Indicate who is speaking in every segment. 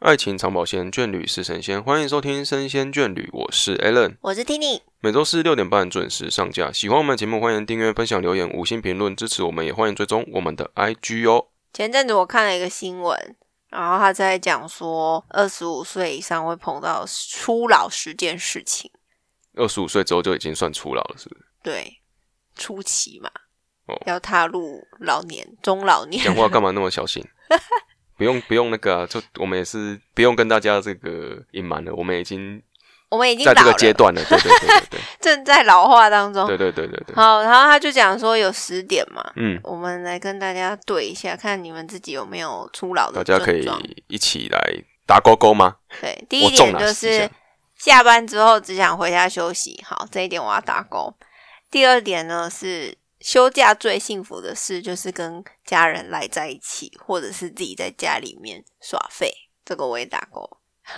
Speaker 1: 爱情长保鲜，眷侣是神仙。欢迎收听《生鲜眷侣》，我是 Alan。
Speaker 2: 我是 Tini，
Speaker 1: 每周四六点半准时上架。喜欢我们节目，欢迎订阅、分享、留言、五星评论支持我们，也欢迎追踪我们的 IG 哦。
Speaker 2: 前阵子我看了一个新闻，然后他在讲说，二十五岁以上会碰到初老十件事情，
Speaker 1: 二十五岁之后就已经算初老了，是 不是？
Speaker 2: 对，初期嘛，
Speaker 1: 哦
Speaker 2: 要踏入老年、中老年，
Speaker 1: 讲话干嘛那么小心？不用不用那个、啊，就我们也是不用跟大家这个隐瞒了，我们已经
Speaker 2: 我们已经
Speaker 1: 在这
Speaker 2: 老
Speaker 1: 个
Speaker 2: 了
Speaker 1: 阶段了。对对对对
Speaker 2: 正在老化当中。
Speaker 1: 对对对对对对，
Speaker 2: 好，然后他就讲说有十点嘛，
Speaker 1: 嗯，
Speaker 2: 我们来跟大家对一下，看你们自己有没有初老
Speaker 1: 大
Speaker 2: 的
Speaker 1: 家可
Speaker 2: 症
Speaker 1: 以
Speaker 2: 状。
Speaker 1: 一起来打勾勾吗？
Speaker 2: 对，第
Speaker 1: 我
Speaker 2: 一
Speaker 1: 中
Speaker 2: 点
Speaker 1: 了
Speaker 2: 就
Speaker 1: 试一下
Speaker 2: 是下班之后只想回家休息，好，这一点我要打勾。第二点呢是休假最幸福的事就是跟家人赖在一起，或者是自己在家里面耍废，这个我也打勾。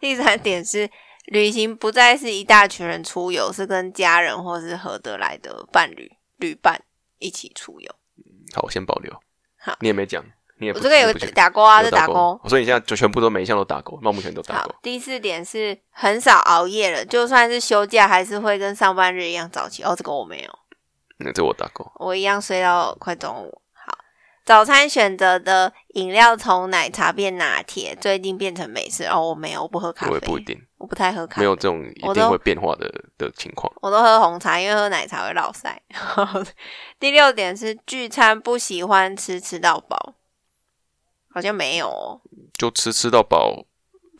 Speaker 2: 第三点是旅行不再是一大群人出游，是跟家人或是合得来的伴侣旅伴一起出游。
Speaker 1: 好，我先保留。
Speaker 2: 好
Speaker 1: 你也没讲，你也不
Speaker 2: 我这个
Speaker 1: 你
Speaker 2: 有
Speaker 1: 不讲
Speaker 2: 打勾啊，
Speaker 1: 有
Speaker 2: 这打勾。
Speaker 1: 勾，所以你现在就全部都每一项都打勾，那我目前都打
Speaker 2: 好
Speaker 1: 勾。，
Speaker 2: 第四点是很少熬夜了，就算是休假，还是会跟上班日一样早起。哦，这个我没有，
Speaker 1: 那嗯这我打勾，
Speaker 2: 我一样睡到快中午。好，早餐选择的饮料从奶茶变拿铁，最近变成美式。哦，我没有，我不喝咖啡，
Speaker 1: 我也不一定
Speaker 2: 我不太喝咖啡，
Speaker 1: 没有这种一
Speaker 2: 我
Speaker 1: 定
Speaker 2: 都
Speaker 1: 会变化的的情况。
Speaker 2: 我都喝红茶，因为喝奶茶会落腮。 第六点是聚餐不喜欢吃吃到饱，好像没有哦，
Speaker 1: 就吃吃到饱，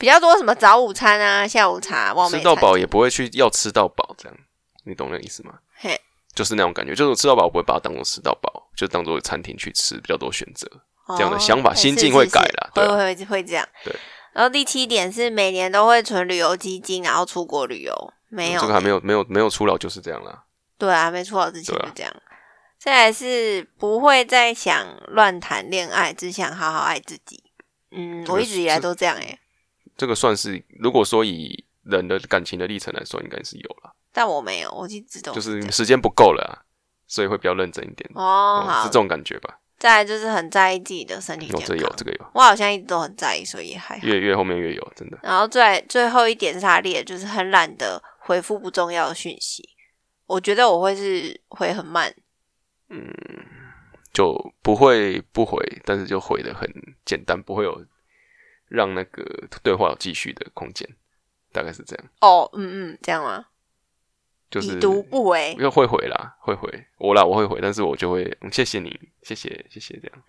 Speaker 2: 比较多什么早午餐啊、下午茶、忘美
Speaker 1: 吃到
Speaker 2: 餐
Speaker 1: 饱也不会去要吃到饱这样，你懂那个意思吗？
Speaker 2: 嘿，
Speaker 1: 就是那种感觉，就是我吃到饱我不会把它当做吃到饱，就当做餐厅去吃比较多选择。这样的
Speaker 2: 哦
Speaker 1: 想法
Speaker 2: 哎
Speaker 1: 心
Speaker 2: 是
Speaker 1: 境
Speaker 2: 是
Speaker 1: 会
Speaker 2: 是
Speaker 1: 改啦对
Speaker 2: 会
Speaker 1: 啊
Speaker 2: 会会会这样。
Speaker 1: 对。
Speaker 2: 然后第七点是每年都会存旅游基金，然后出国旅游。没有，
Speaker 1: 嗯
Speaker 2: 欸
Speaker 1: 这个还没有没有没有出老就是这样啦。
Speaker 2: 对啊，还没出国之前
Speaker 1: 对啊
Speaker 2: 就这样。再来是不会再想乱谈恋爱，只想好好爱自己。嗯，
Speaker 1: 这个
Speaker 2: 我一直以来
Speaker 1: 是
Speaker 2: 都这样哎、欸，
Speaker 1: 这个算是如果说以人的感情的历程来说，应该是有啦，
Speaker 2: 但我没有，我一直都
Speaker 1: 就是
Speaker 2: 这
Speaker 1: 是
Speaker 2: 样
Speaker 1: 时间不够了啊，所以会比较认真一点。
Speaker 2: 哦
Speaker 1: 嗯是
Speaker 2: 好
Speaker 1: 这。种感觉吧？
Speaker 2: 再来就是很在意自己的身体
Speaker 1: 有
Speaker 2: 健
Speaker 1: 这
Speaker 2: 康，
Speaker 1: 有这个有，
Speaker 2: 我好像一直都很在意，所以也还好。
Speaker 1: 越越后面越有，真的。
Speaker 2: 然后最最后一点是他列，就是很懒得回复不重要的讯息。我觉得我会是回很慢，
Speaker 1: 就不会不回，但是就回的很简单，不会有让那个对话有继续的空间，大概是这样。
Speaker 2: 哦，嗯嗯，这样吗？
Speaker 1: 就是
Speaker 2: 已读不回，
Speaker 1: 要会回啦，会回我啦，我会回，但是我就会、嗯谢谢你，谢谢谢谢这样，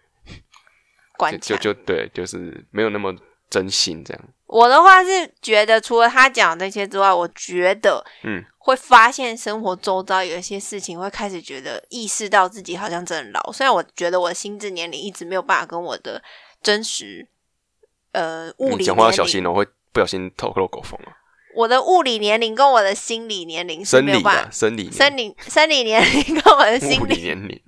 Speaker 2: 管
Speaker 1: 就
Speaker 2: 墙。
Speaker 1: 就就对，就是没有那么真心这样。
Speaker 2: 我的话是觉得，除了他讲的那些之外，我觉得
Speaker 1: 嗯，
Speaker 2: 会发现生活周遭有一些事情，会开始觉得意识到自己好像真的老。虽然我觉得我的心智年龄一直没有办法跟我的真实呃物
Speaker 1: 你
Speaker 2: 理
Speaker 1: 讲话要
Speaker 2: 年
Speaker 1: 小
Speaker 2: 龄
Speaker 1: 心哦、会不小心透露狗风哦、
Speaker 2: 我的物理年龄跟我的心理年龄是
Speaker 1: 生
Speaker 2: 没有
Speaker 1: 理
Speaker 2: 办法
Speaker 1: 啊，生理年
Speaker 2: 生理生理年龄跟我的心
Speaker 1: 物理
Speaker 2: 理
Speaker 1: 年龄，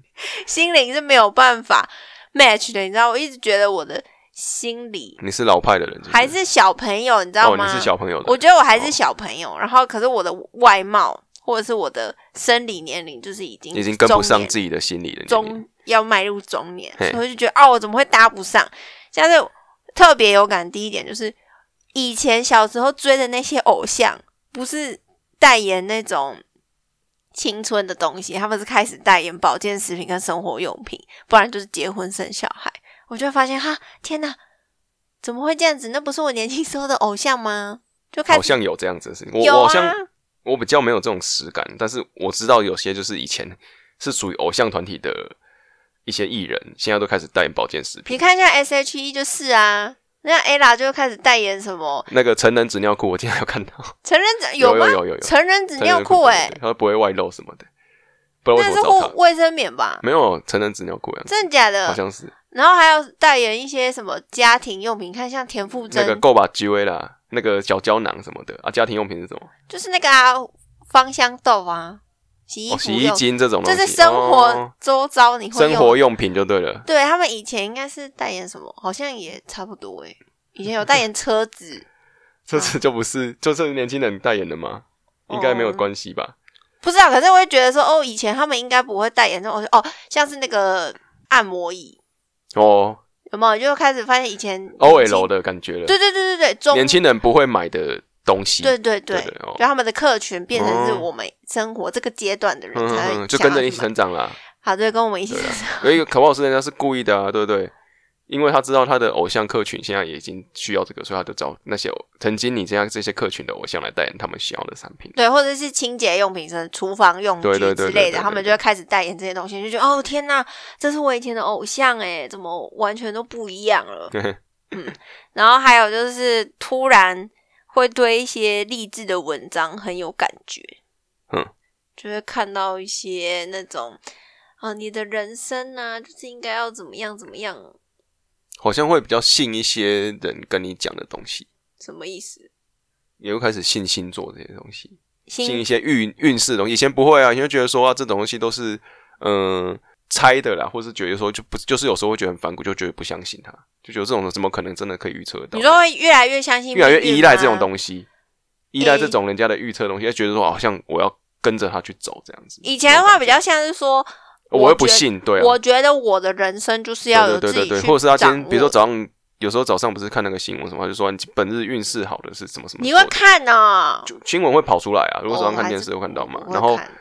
Speaker 2: 心灵是没有办法 match 的，你知道？我一直觉得我的心理
Speaker 1: 你是老派的人是不
Speaker 2: 还是小朋友，你知道
Speaker 1: 哦，
Speaker 2: 吗？
Speaker 1: 你是小朋友的
Speaker 2: 我，觉得我还是小朋友，然后可是我的外貌或者是我的生理年龄就是已经
Speaker 1: 已经跟不上
Speaker 2: 己
Speaker 1: 自己的心理了。
Speaker 2: 中要迈入中年，
Speaker 1: 嘿
Speaker 2: 所以我就觉得哦，我怎么会搭不上？像是特别有感第一点就是以前小时候追的那些偶像，不是代言那种青春的东西，他们是开始代言保健食品跟生活用品，不然就是结婚生小孩。我就会发现哈，天哪，怎么会这样子？那不是我年轻时候的偶像吗？ 就开
Speaker 1: 好
Speaker 2: 始
Speaker 1: 像有这样子的事情，我、
Speaker 2: 有
Speaker 1: 哦我好
Speaker 2: 啊，
Speaker 1: 像我比较没有这种实感，但是我知道有些就是以前是属于偶像团体的一些艺人，现在都开始代言保健食
Speaker 2: 你
Speaker 1: 品。
Speaker 2: 看像 S H E 就是啊，那 ella 就开始代言什么
Speaker 1: 那个成人纸尿裤，我今天有看到，
Speaker 2: 成人纸
Speaker 1: 有
Speaker 2: 吗？
Speaker 1: 有有有有
Speaker 2: 成人纸
Speaker 1: 成人
Speaker 2: 尿裤哎、
Speaker 1: 对对对它不会外露什么的，不知道
Speaker 2: 那
Speaker 1: 为什
Speaker 2: 是
Speaker 1: 么找
Speaker 2: 护
Speaker 1: 他，
Speaker 2: 卫生棉吧？
Speaker 1: 没有成人纸尿裤样子，
Speaker 2: 真的假
Speaker 1: 好
Speaker 2: 的？
Speaker 1: 像是
Speaker 2: 然后还有代言一些什么家庭用品，看像田馥
Speaker 1: 那
Speaker 2: 甄，
Speaker 1: 个够吧 G V 啦，那个小胶囊什么的啊，家庭用品是什么？
Speaker 2: 就是那个啊芳香豆啊，洗衣
Speaker 1: 哦，
Speaker 2: 服
Speaker 1: 洗
Speaker 2: 用，
Speaker 1: 衣精这种东
Speaker 2: 这
Speaker 1: 西，
Speaker 2: 是生活
Speaker 1: 哦
Speaker 2: 周遭你会
Speaker 1: 生
Speaker 2: 用。
Speaker 1: 活用品就对了。
Speaker 2: 对他们以前应该是代言什么，好像也差不多哎、以前有代言车子，
Speaker 1: 这次就不是，就是年轻人代言的吗？应该没有
Speaker 2: 哦
Speaker 1: 关系吧？
Speaker 2: 不知道，可是我会觉得说，哦，以前他们应该不会代言这种哦，像是那个按摩椅，
Speaker 1: 哦，
Speaker 2: 有没有？就开始发现以前
Speaker 1: OL 的感觉了。
Speaker 2: 对对对对对，中
Speaker 1: 年轻人不会买的东西，
Speaker 2: 对对
Speaker 1: 对
Speaker 2: 对，
Speaker 1: 对哦
Speaker 2: 就他们的客群变成是
Speaker 1: 嗯
Speaker 2: 我们生活这个阶段的人
Speaker 1: 嗯，
Speaker 2: 才会、
Speaker 1: 嗯嗯就跟着你一起成。长啦。
Speaker 2: 好，对，跟我们一起
Speaker 1: 对
Speaker 2: 成
Speaker 1: 啊
Speaker 2: 长。
Speaker 1: 有一个考不好是人家是故意的啊，对不对？因为他知道他的偶像客群现在也已经需要这个，所以他就找那些偶曾经你这样这些客群的偶像来代言他们想要的产品。
Speaker 2: 对，或者是清洁用品、什么厨房用具
Speaker 1: 对对对
Speaker 2: 之
Speaker 1: 对
Speaker 2: 类
Speaker 1: 对
Speaker 2: 的，
Speaker 1: 对
Speaker 2: 他们就会开始代言这些东西，就觉得哦天呐，这是我以前的偶像哎，怎么完全都不一样了？ 嗯，然后还有就是突然会对一些励志的文章很有感觉，
Speaker 1: 嗯，
Speaker 2: 就会看到一些那种啊、你的人生呢、就是应该要怎么样怎么样，
Speaker 1: 好像会比较信一些人跟你讲的东西，
Speaker 2: 什么意思？
Speaker 1: 也会开始信星座这些东西，信一
Speaker 2: 心
Speaker 1: 些运运势的东西。以前不会啊，以前就觉得说啊，这种东西都是嗯、呃猜的啦，或是觉得说就不就是有时候会觉得很反骨，就觉得不相信他，就觉得这种怎么可能真的可以预测得到？
Speaker 2: 你说会越来越相信，
Speaker 1: 越来越依赖这种
Speaker 2: 西。
Speaker 1: 东西，依赖
Speaker 2: 诶
Speaker 1: 这种人家的预测的东西，哎就觉得说好像我要跟着他去走这样子。
Speaker 2: 以前的话比较像是说，
Speaker 1: 我又不
Speaker 2: 觉得
Speaker 1: 信，对啊，
Speaker 2: 我觉得我的人生就是要有
Speaker 1: 对
Speaker 2: 自
Speaker 1: 对
Speaker 2: 己
Speaker 1: 对
Speaker 2: 去
Speaker 1: 对，或者是他今
Speaker 2: 掌
Speaker 1: 天
Speaker 2: 握
Speaker 1: 比如说早上，有时候早上不是看那个新闻什么，他就说你本日运势好的是什么什么，
Speaker 2: 你会看呢、
Speaker 1: 就新闻会跑出来啊。如果
Speaker 2: 哦
Speaker 1: 早上
Speaker 2: 我
Speaker 1: 看
Speaker 2: 还
Speaker 1: 电
Speaker 2: 是
Speaker 1: 视有看到嘛
Speaker 2: 我，会
Speaker 1: 然后
Speaker 2: 看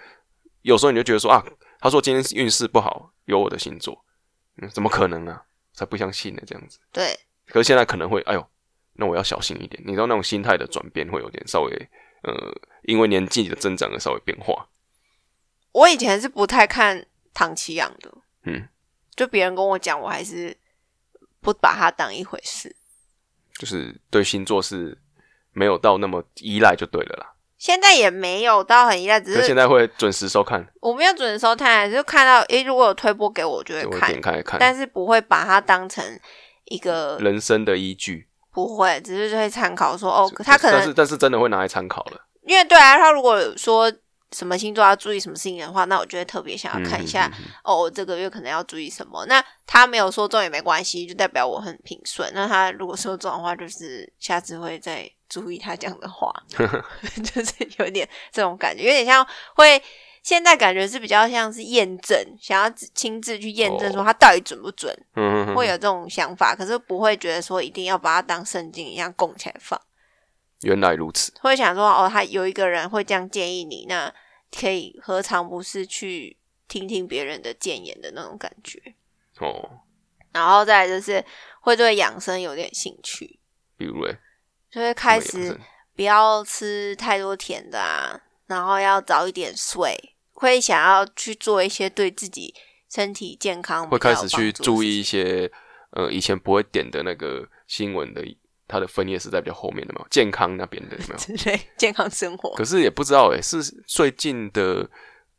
Speaker 1: 有时候你就觉得说啊，他说今天运势不好，有我的星座，嗯，怎么可能啊？才不相信呢，这样子。
Speaker 2: 对，
Speaker 1: 可是现在可能会，哎呦，那我要小心一点。你知道那种心态的转变会有点稍微，呃，因为年纪的增长而稍微变化。
Speaker 2: 我以前是不太看唐奇阳的，
Speaker 1: 嗯，
Speaker 2: 就别人跟我讲，我还是不把它当一回事。
Speaker 1: 就是对星座是没有到那么依赖就对了啦。
Speaker 2: 现在也没有到很依赖，只
Speaker 1: 可是现
Speaker 2: 是
Speaker 1: 在会准时收看，
Speaker 2: 我没有准时收看，就看到诶，如果有推播给我，我就会
Speaker 1: 就会
Speaker 2: 看，
Speaker 1: 点开看，嗯
Speaker 2: 但是不会把它当成一个
Speaker 1: 人生的依据。
Speaker 2: 不会，只是会参考说哦，他可
Speaker 1: 但
Speaker 2: 能
Speaker 1: 是但是真的会拿来参考了，
Speaker 2: 因为对啊，他如果有说什么星座要注意什么事情的话，那我就会特别想要看一下、
Speaker 1: 嗯嗯嗯
Speaker 2: 哦，我这个月可能要注意什么。那他没有说中也没关系，就代表我很平顺。那他如果说中的话，就是下次会再注意他讲的 话，就是有点这种感觉，有点像会。现在感觉是比较像是验证，想要自亲自去验证
Speaker 1: 哦
Speaker 2: 说他到底准不准，
Speaker 1: 嗯嗯嗯
Speaker 2: 会有这种想法，可是不会觉得说一定要把它当圣经一样供起来放。
Speaker 1: 原来如此，
Speaker 2: 会想说，哦，他有一个人会这样建议你，那可以何尝不是去听听别人的谏言的那种感觉？
Speaker 1: 哦，
Speaker 2: 然后再来就是会对养生有点兴趣，
Speaker 1: 比如嘞，
Speaker 2: 就会开
Speaker 1: 什么养
Speaker 2: 始
Speaker 1: 生
Speaker 2: 不要吃太多甜的啊，然后要早一点睡，会想要去做一些对自己身体健康
Speaker 1: 会
Speaker 2: 比
Speaker 1: 开
Speaker 2: 较有
Speaker 1: 始去
Speaker 2: 帮助的
Speaker 1: 注
Speaker 2: 事
Speaker 1: 意一
Speaker 2: 情
Speaker 1: 些呃以前不会点的那个新闻的，它的分页是在比较后面的嘛，健康那边的有没有？
Speaker 2: 之类健康生活。
Speaker 1: 可是也不知道诶、是最近的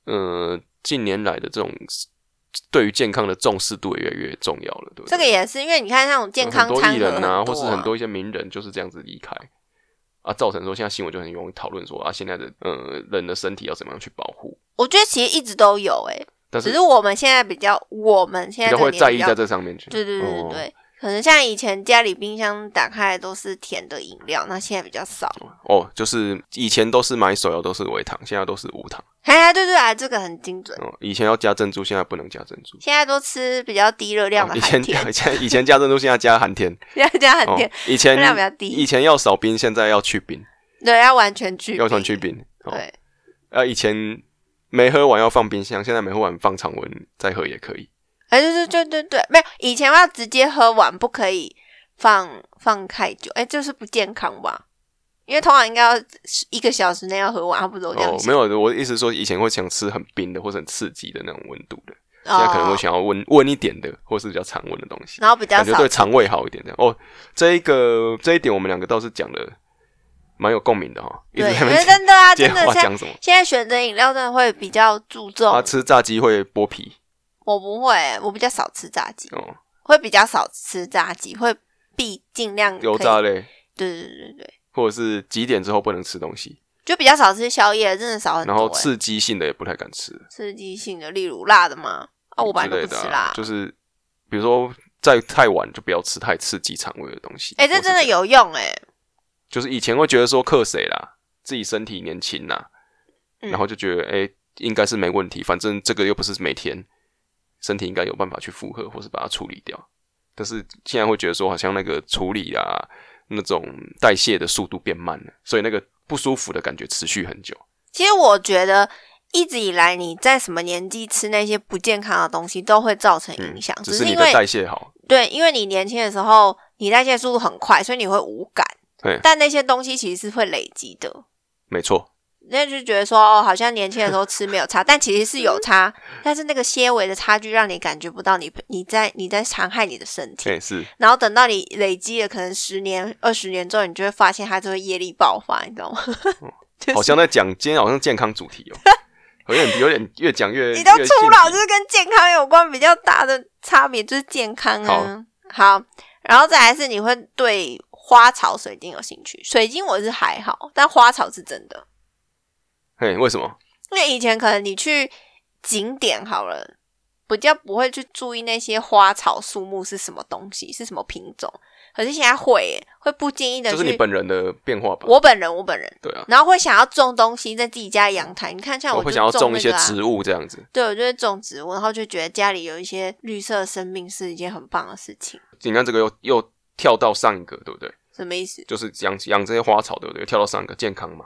Speaker 1: 呃近年来的这种对于健康的重视度也越来越重要了，对不对？
Speaker 2: 这个也是因为你看那种健
Speaker 1: 有
Speaker 2: 康
Speaker 1: 很多
Speaker 2: 餐
Speaker 1: 艺
Speaker 2: 盒
Speaker 1: 人
Speaker 2: 啊
Speaker 1: 啊，或是很多一些名人就是这样子离开啊，造成说现在新闻就很容易讨论说啊，现在的呃人的身体要怎么样去保护，
Speaker 2: 我觉得其实一直都有诶、
Speaker 1: 但
Speaker 2: 只
Speaker 1: 是
Speaker 2: 是我们现在比较，我们现
Speaker 1: 比
Speaker 2: 在
Speaker 1: 较
Speaker 2: 这个
Speaker 1: 会
Speaker 2: 年
Speaker 1: 在
Speaker 2: 纪
Speaker 1: 意
Speaker 2: 比较
Speaker 1: 在这上面去。
Speaker 2: 对对对对
Speaker 1: 哦
Speaker 2: 对，可能像以前家里冰箱打开都是甜的饮料，那现在比较少。
Speaker 1: 哦，就是以前都是买手摇都是微糖，现在都是无糖。
Speaker 2: 哎，对对啊，这个很精准。
Speaker 1: 哦，以前要加珍珠，现在不能加珍珠。
Speaker 2: 现在都吃比较低热量
Speaker 1: 哦
Speaker 2: 的
Speaker 1: 以前
Speaker 2: 寒甜，
Speaker 1: 以前以前加珍珠，现在加寒天。
Speaker 2: 现在这样很
Speaker 1: 哦
Speaker 2: 甜，，
Speaker 1: 以
Speaker 2: 热量
Speaker 1: 前
Speaker 2: 比较
Speaker 1: 以
Speaker 2: 低。
Speaker 1: 前要少冰，现在要去冰，
Speaker 2: 对，要完全去
Speaker 1: 要全
Speaker 2: 冰
Speaker 1: 去冰。哦，
Speaker 2: 对，
Speaker 1: 呃，以前没喝完要放冰箱，现在没喝完放常温再喝也可以。
Speaker 2: 哎，对对对对对，没有以前要直接喝完，不可以放放太久，哎，就是不健康吧？因为通常应该要一个小时内要喝完，啊他不是都这样
Speaker 1: 哦，
Speaker 2: 写
Speaker 1: 没有，我的意思说，以前会想吃很冰的或者很刺激的那种温度的，现
Speaker 2: 哦
Speaker 1: 在可能会想要温温一点的，或是比较常温的东西，
Speaker 2: 然后比较
Speaker 1: 感觉
Speaker 2: 少
Speaker 1: 对肠胃好一点这样。哦，这一个这一点我们两个倒是讲的蛮有共鸣的哈、哦，一直
Speaker 2: 对，
Speaker 1: 在那
Speaker 2: 因
Speaker 1: 边
Speaker 2: 为真的啊，
Speaker 1: 接
Speaker 2: 真的
Speaker 1: 话
Speaker 2: 现在
Speaker 1: 讲什么
Speaker 2: 现在选择饮料真的会比较注重，
Speaker 1: 啊？吃炸鸡会剥皮
Speaker 2: 我不会，我比较少吃炸鸡，
Speaker 1: 哦，
Speaker 2: 会比较少吃炸鸡，会避尽量
Speaker 1: 油
Speaker 2: 嗯可以
Speaker 1: 炸类，
Speaker 2: 对对对对对，
Speaker 1: 或者是几点之后不能吃东西，
Speaker 2: 就比较少吃宵夜，真的少很多、
Speaker 1: 然后
Speaker 2: 欸
Speaker 1: 刺激性的也不太敢吃
Speaker 2: 刺激性的，例如辣的嘛，啊，我
Speaker 1: 之
Speaker 2: 本来
Speaker 1: 类
Speaker 2: 就不
Speaker 1: 的
Speaker 2: 吃
Speaker 1: 啊、
Speaker 2: 辣，
Speaker 1: 就是比如说在太晚就不要吃太刺激肠胃的东西。
Speaker 2: 哎、
Speaker 1: 或
Speaker 2: 这
Speaker 1: 是
Speaker 2: 真
Speaker 1: 这
Speaker 2: 的有用哎、
Speaker 1: 就是以前会觉得说克谁啦，自己身体年轻啦，
Speaker 2: 嗯
Speaker 1: 然后就觉得哎、诶应该是没问题，反正这个又不是每天，身体应该有办法去负荷或是把它处理掉。但是现在会觉得说，好像那个处理啊，那种代谢的速度变慢了，所以那个不舒服的感觉持续很久。
Speaker 2: 其实我觉得一直以来你在什么年纪吃那些不健康的东西都会造成
Speaker 1: 嗯
Speaker 2: 影响，，
Speaker 1: 只
Speaker 2: 是
Speaker 1: 你
Speaker 2: 因
Speaker 1: 的
Speaker 2: 为
Speaker 1: 代谢好，
Speaker 2: 对，因为你年轻的时候你代谢速度很快，所以你会无感
Speaker 1: 对。
Speaker 2: 但那些东西其实是会累积的，
Speaker 1: 没错。
Speaker 2: 那就觉得说哦，好像年轻的时候吃没有差，但其实是有 差，但是那个些微的差距让你感觉不到你你在你在伤害你的身体。
Speaker 1: 哎、 是
Speaker 2: 然后等到你累积了可能十年、二十年之后，你就会发现它就会业力爆发，你知道吗？ 就是
Speaker 1: 嗯好像在讲今天好像健康主 题哦、有点有点越讲越
Speaker 2: 你都
Speaker 1: 越
Speaker 2: 初
Speaker 1: 进
Speaker 2: 老，就是跟健康有关比较大的差别就是健康啊。好然后再来是你会对花草、水晶有兴趣。水晶我是还好，但花草是真的，
Speaker 1: 嘿，为什么？
Speaker 2: 因为以前可能你去景点好了，比较不会去注意那些花草树木是什么东西，是什么品种。可是现在会耶会不经意的
Speaker 1: 就
Speaker 2: 去，
Speaker 1: 是你本人的变化吧。
Speaker 2: 我本人我本人，
Speaker 1: 对啊，
Speaker 2: 然后会想要种东西在自己家阳台。你看，像
Speaker 1: 我
Speaker 2: 就
Speaker 1: 会想要种一
Speaker 2: 那个
Speaker 1: 些
Speaker 2: 啊
Speaker 1: 植物这样子。
Speaker 2: 对，我就会种植物，然后就觉得家里有一些绿色生命是一件很棒的事情。
Speaker 1: 你看这个又又跳到上一个，对不对？
Speaker 2: 什么意思？
Speaker 1: 就是养养这些花草，对不对？跳到上一个健康嘛，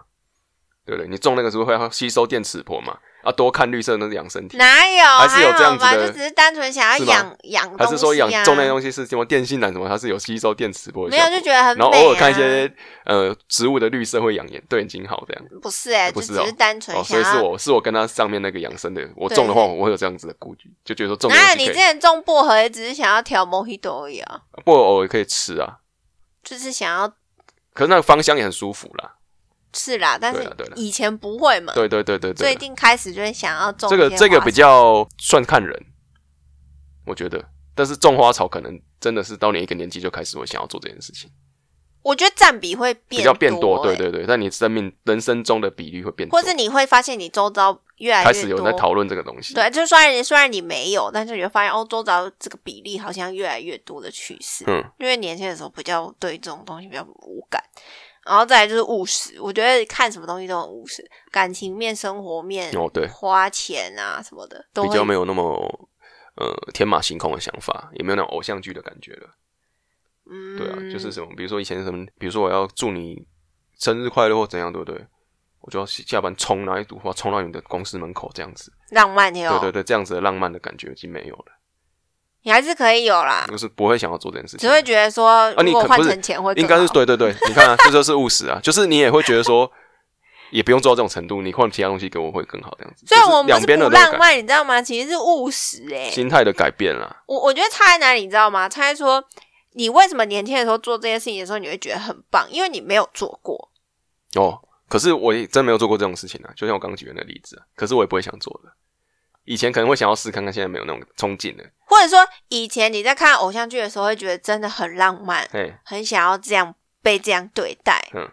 Speaker 1: 对不对？你种那个时候会吸收电磁波嘛，啊，多看绿色那是养身体，
Speaker 2: 哪有？
Speaker 1: 还是有这样子的
Speaker 2: 还好吧，就只是单纯想要
Speaker 1: 是吗
Speaker 2: 养养东
Speaker 1: 还
Speaker 2: 西、
Speaker 1: 是
Speaker 2: 啊，
Speaker 1: 说养种那些东西是什么电信缆什么？它是有吸收电磁波的
Speaker 2: 没
Speaker 1: 效
Speaker 2: 有
Speaker 1: 果，
Speaker 2: 就觉得很美、
Speaker 1: 然
Speaker 2: 啊。
Speaker 1: 后偶尔看一些呃植物的绿色会养眼，对眼睛好这样。
Speaker 2: 不是哎、
Speaker 1: 不
Speaker 2: 就是只
Speaker 1: 哦
Speaker 2: 是单纯
Speaker 1: 哦，所
Speaker 2: 想
Speaker 1: 以是
Speaker 2: 要。
Speaker 1: 我是我跟他上面那个养生的，我
Speaker 2: 对
Speaker 1: 中的话，
Speaker 2: 对
Speaker 1: 我会有这样子的顾虑，就觉得说中的
Speaker 2: 哪有
Speaker 1: 东
Speaker 2: 你
Speaker 1: 西
Speaker 2: 之
Speaker 1: 可以，
Speaker 2: 前种薄荷也只是想要调 Mojito 而已啊，
Speaker 1: 不过偶尔可以吃啊，
Speaker 2: 就是想要
Speaker 1: 可是那个芳香也很舒服啦。
Speaker 2: 是啦，但
Speaker 1: 对
Speaker 2: 是
Speaker 1: 啦对啦
Speaker 2: 以前不会嘛，
Speaker 1: 对对对对
Speaker 2: 最
Speaker 1: 对，
Speaker 2: 近开始就会想要种
Speaker 1: 这个
Speaker 2: 一些
Speaker 1: 这个
Speaker 2: 花
Speaker 1: 比
Speaker 2: 草
Speaker 1: 较算看人，我觉得，但是种花草可能真的是到你一个年纪就开始会想要做这件事情，
Speaker 2: 我觉得占比会变
Speaker 1: 比较变
Speaker 2: 多、
Speaker 1: 对
Speaker 2: 欸
Speaker 1: 对对，但你生命人生中的比例会变多
Speaker 2: 或，是你会发现你周遭越来越
Speaker 1: 开始有人在
Speaker 2: 多
Speaker 1: 讨论这个东西。
Speaker 2: 对，就是虽然虽然你没有，但是你会发现欧洲找这个比例好像越来越多的趋势。
Speaker 1: 嗯，
Speaker 2: 因为年轻的时候比较对这种东西比较无感，然后再来就是务实，我觉得看什么东西都很务实，感情面、生活面，
Speaker 1: 哦对
Speaker 2: 花钱啊什么的都
Speaker 1: 比
Speaker 2: 会
Speaker 1: 较没有那么呃天马行空的想法，也没有那种偶像剧的感觉了。
Speaker 2: 嗯，
Speaker 1: 对啊，就是什么，比如说以前什么，比如说我要祝你生日快乐或怎样，对不对？我就要下班冲拿一朵花冲到你的公司门口这样子，
Speaker 2: 浪漫的
Speaker 1: 对
Speaker 2: 哦，
Speaker 1: 对对，这样子的浪漫的感觉已经没有了，
Speaker 2: 你还是可以有啦，
Speaker 1: 就是不会想要做这件事情
Speaker 2: 只。会觉得说
Speaker 1: 啊你
Speaker 2: 如果
Speaker 1: 可
Speaker 2: 换
Speaker 1: 不是
Speaker 2: 成钱会更
Speaker 1: 应该是
Speaker 2: 好
Speaker 1: 对对对，你看啊，这就是务实啊，就是你也会觉得说，也不用做到这种程度，你换其他东西给我会更好这样子。
Speaker 2: 虽然
Speaker 1: 就是
Speaker 2: 我们
Speaker 1: 两
Speaker 2: 是
Speaker 1: 边的
Speaker 2: 不
Speaker 1: 都有
Speaker 2: 浪
Speaker 1: 改
Speaker 2: 漫，你知道吗？其实是务实哎、
Speaker 1: 心态的改变啦，
Speaker 2: 我我觉得差在哪里，你知道吗？差在说你为什么年轻的时候做这些事情的时候，你会觉得很棒，因为你没有做过。
Speaker 1: 哦，可是我也真没有做过这种事情啊，就像我刚举的那个例子、啊，可是我也不会想做的。以前可能会想要试看看，现在没有那种冲劲了。
Speaker 2: 或者说，以前你在看偶像剧的时候，会觉得真的很浪漫，
Speaker 1: 哎，
Speaker 2: 很想要这样被这样对待。
Speaker 1: 嗯，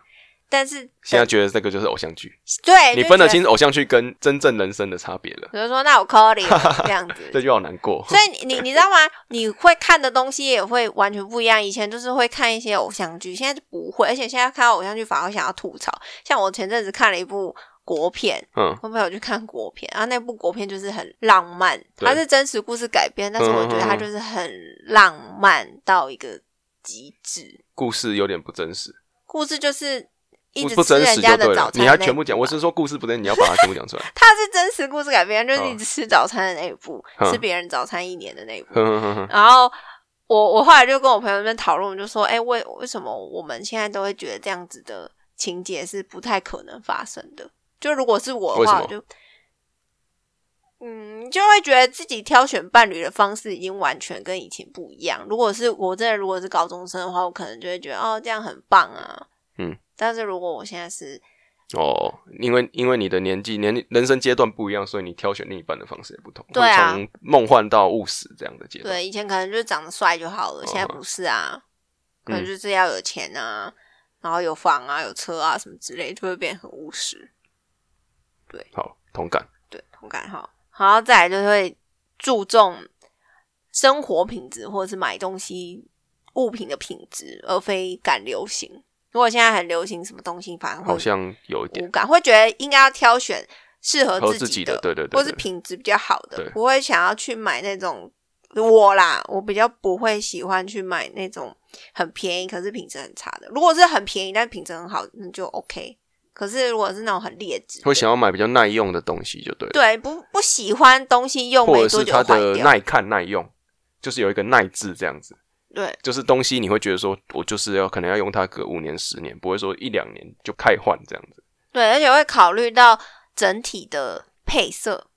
Speaker 2: 但是
Speaker 1: 现在觉得这个就是偶像剧，
Speaker 2: 对，
Speaker 1: 你
Speaker 2: 哎就
Speaker 1: 分得
Speaker 2: 觉
Speaker 1: 清偶像剧跟真正人生的差别了，
Speaker 2: 比如说，那我 call 你 这样
Speaker 1: 这
Speaker 2: 子。
Speaker 1: 就好难过。
Speaker 2: 所以你你你知道吗？你会看的东西也会完全不一样。以前就是会看一些偶像剧，现在就不会。而且现在看到偶像剧反而会想要吐槽。像我前阵子看了一部国片，
Speaker 1: 嗯，
Speaker 2: 我朋友去看国片，然后那部国片就是很浪漫，
Speaker 1: 对嗯
Speaker 2: 它是真实故事改编，但是我觉得它就是很浪漫到一个极致。
Speaker 1: 故事有点不真实，
Speaker 2: 故事就是一
Speaker 1: 不
Speaker 2: 直
Speaker 1: 不
Speaker 2: 吃
Speaker 1: 真
Speaker 2: 人
Speaker 1: 实
Speaker 2: 家
Speaker 1: 就
Speaker 2: 的
Speaker 1: 对
Speaker 2: 早
Speaker 1: 了。
Speaker 2: 餐，
Speaker 1: 你还全部讲，我。是说故事不真实，你要把它全部讲出来。
Speaker 2: 它是真实故事改编，就是一直吃早餐的那一部，
Speaker 1: 嗯
Speaker 2: 吃别人早餐一年的那一部。
Speaker 1: 哼哼哼哼，
Speaker 2: 然后我我后来就跟我朋友们讨论，我就说，哎、为为什么我们现在都会觉得这样子的情节是不太可能发生的？就如果是我的
Speaker 1: 为什
Speaker 2: 话，
Speaker 1: 么
Speaker 2: 我就嗯，就会觉得自己挑选伴侣的方式已经完全跟以前不一样。如果是我真的如果是高中生的话，我可能就会觉得哦，这样很棒啊。
Speaker 1: 嗯，
Speaker 2: 但是如果我现在是
Speaker 1: 哦，因为因为你的年纪、年人生阶段不一样，所以你挑选另一半的方式也不同。
Speaker 2: 对啊
Speaker 1: 会从梦幻到务实这样的阶段。
Speaker 2: 对以前可能就长得帅就好了，现在
Speaker 1: 嗯
Speaker 2: 不是啊，可能
Speaker 1: 嗯
Speaker 2: 就是要有钱啊，然后有房啊、有车啊什么之类，就会变得很务实。
Speaker 1: 好，同感。
Speaker 2: 对，同感哈。然后再来就会注重生活品质，或者是买东西物品的品质，而非赶流行。如果现在很流行什么东西，反而
Speaker 1: 好
Speaker 2: 会
Speaker 1: 像有一点
Speaker 2: 无感，会觉得应该要挑选适合
Speaker 1: 和
Speaker 2: 自
Speaker 1: 自
Speaker 2: 己
Speaker 1: 己
Speaker 2: 的，
Speaker 1: 的，对对对，
Speaker 2: 或是
Speaker 1: 对
Speaker 2: 品质比较好的
Speaker 1: 对，
Speaker 2: 不会想要去买那种我啦，我比较不会喜欢去买那种很便宜可是品质很差的。如果是很便宜但品质很好，那就 OK。可是如果是那种很劣质的，
Speaker 1: 会想要买比较耐用的东西就对了，
Speaker 2: 对不不喜欢东西用
Speaker 1: 或
Speaker 2: 没
Speaker 1: 者
Speaker 2: 多
Speaker 1: 是
Speaker 2: 久坏
Speaker 1: 它的
Speaker 2: 掉，
Speaker 1: 耐看耐用，就是有一个耐字这样子，
Speaker 2: 对
Speaker 1: 就是东西你会觉得说我就是要可能要用它个五年十年，不会说一两年就开换这样子。
Speaker 2: 对，而且会考虑到整体的配色。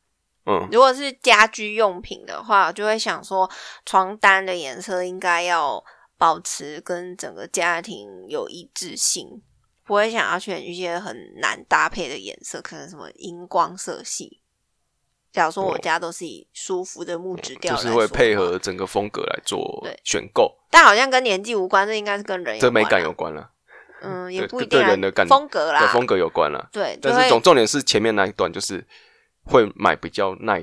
Speaker 1: 嗯，
Speaker 2: 如果是家居用品的话，就会想说床单的颜色应该要保持跟整个家庭有一致性，不会想要选一些很难搭配的颜色，可能什么荧光色系。假如说我
Speaker 1: 哦
Speaker 2: 家都是以舒服的木质调
Speaker 1: 就
Speaker 2: 来说
Speaker 1: 是
Speaker 2: 的话，
Speaker 1: 会配合整个风格来做
Speaker 2: 对
Speaker 1: 选购，
Speaker 2: 但好像跟年纪无关，这应该是跟人有
Speaker 1: 这美
Speaker 2: 关
Speaker 1: 感
Speaker 2: 啊
Speaker 1: 有关了，
Speaker 2: 嗯，也
Speaker 1: 对
Speaker 2: 不一定
Speaker 1: 对
Speaker 2: 啊
Speaker 1: 人的感
Speaker 2: 风格啦
Speaker 1: 跟，风格有关了。
Speaker 2: 对，就
Speaker 1: 但是
Speaker 2: 会
Speaker 1: 总重点是前面那一段，就是会买比较耐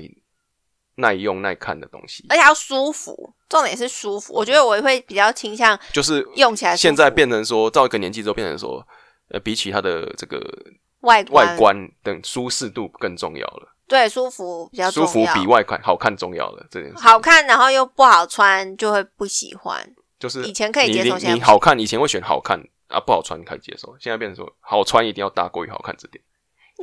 Speaker 1: 耐用耐看的东西，
Speaker 2: 而且要舒服，重点是舒服。我觉得我会比较倾向
Speaker 1: 就是
Speaker 2: 用起来舒服
Speaker 1: 现在变成说到一个年纪之后变成说，呃，比起它的这个
Speaker 2: 外
Speaker 1: 外观等舒适度更重要了，
Speaker 2: 对舒服比较重
Speaker 1: 舒
Speaker 2: 要
Speaker 1: 服比外看好看重要了这件事。
Speaker 2: 好看，然后又不好穿，就会不喜欢。
Speaker 1: 就是
Speaker 2: 以前可以
Speaker 1: 你
Speaker 2: 接受
Speaker 1: 你
Speaker 2: 现在
Speaker 1: 你
Speaker 2: 不
Speaker 1: 好看，以前会选好看啊，不好穿可以接受，现在变成说好穿一定要大过于好看这点。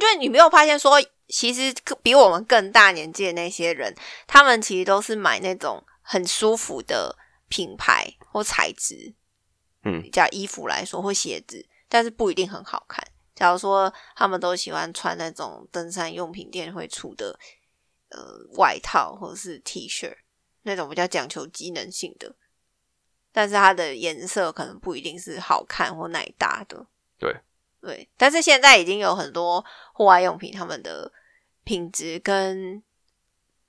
Speaker 2: 就是你没有发现说，其实比我们更大年纪的那些人，他们其实都是买那种很舒服的品牌或材质，
Speaker 1: 嗯，
Speaker 2: 叫衣服来说或鞋子，但是不一定很好看。假如说他们都喜欢穿那种登山用品店会出的呃外套或者是 T 恤，那种比较讲求机能性的，但是它的颜色可能不一定是好看或耐搭的。
Speaker 1: 对
Speaker 2: 对，但是现在已经有很多户外用品，他们的品质跟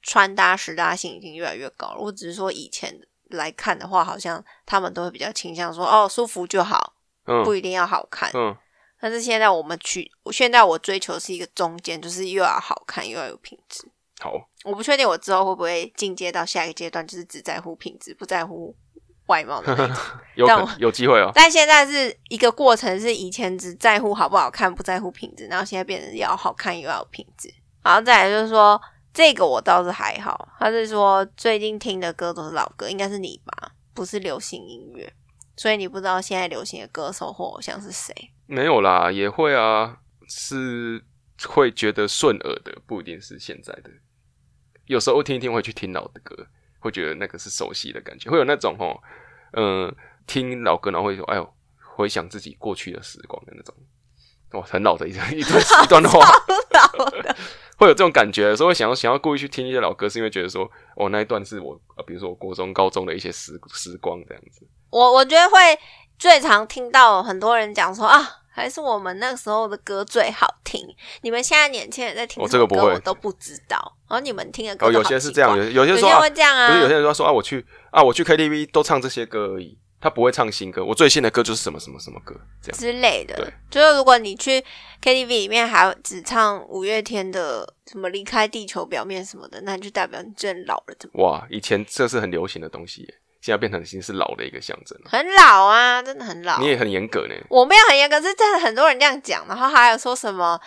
Speaker 2: 穿搭实搭性已经越来越高了。我只是说以前来看的话，好像他们都会比较倾向说哦舒服就好，
Speaker 1: 嗯
Speaker 2: 不一定要好看。
Speaker 1: 嗯，
Speaker 2: 但是现在我们去，现在我追求是一个中间，就是又要好看又要有品质。
Speaker 1: 好，
Speaker 2: 我不确定我之后会不会进阶到下一个阶段，就是只在乎品质，不在乎外貌的那种。
Speaker 1: 有
Speaker 2: 但
Speaker 1: 可
Speaker 2: 我
Speaker 1: 有机会哦。
Speaker 2: 但现在是一个过程，是以前只在乎好不好看，不在乎品质，然后现在变成要好看又要有品质。然后再来就是说，这个我倒是还好，他是说最近听的歌都是老歌，应该是你吧，不是流行音乐，所以你不知道现在流行的歌手或偶像是谁。
Speaker 1: 没有啦，也会啊，是会觉得顺耳的，不一定是现在的。有时候听一听会去听老的歌，会觉得那个是熟悉的感觉，会有那种哦，嗯、听老歌然后会说，哎呦，回想自己过去的时光的那种，哇，很老的一段一 段一段话，
Speaker 2: 老的，
Speaker 1: 会有这种感觉，所以会想要想要故意去听一些老歌，是因为觉得说，哦，那一段是我，呃比如说我国中、高中的一些时时光这样子。
Speaker 2: 我我觉得会最常听到很多人讲说啊。还是我们那个时候的歌最好听，你们现在年轻人在听
Speaker 1: 哦
Speaker 2: 什
Speaker 1: 这
Speaker 2: 么
Speaker 1: 个不
Speaker 2: 歌
Speaker 1: 会
Speaker 2: 我都不知道，然后你们听的歌
Speaker 1: 哦，
Speaker 2: 都
Speaker 1: 有
Speaker 2: 好
Speaker 1: 些是
Speaker 2: 奇
Speaker 1: 这样，
Speaker 2: 怪
Speaker 1: 有有些
Speaker 2: 有些
Speaker 1: 说啊
Speaker 2: 会这样啊，
Speaker 1: 不是有些人说说啊，我去啊，我去 KTV 都唱这些歌而已，他不会唱新歌。我最新的歌就是什么什么什么歌，这样
Speaker 2: 之类的
Speaker 1: 对。
Speaker 2: 就是如果你去 KTV 里面还只唱五月天的什么离开地球表面什么的，那就代表你真老了，怎么
Speaker 1: 哇，以前这是很流行的东西耶，现在变成已经是老的一个象征了。
Speaker 2: 很老啊，真的很老
Speaker 1: 你。也很严格呢，
Speaker 2: 我没有很严格，是真的很多人这样讲，然后还有说什么，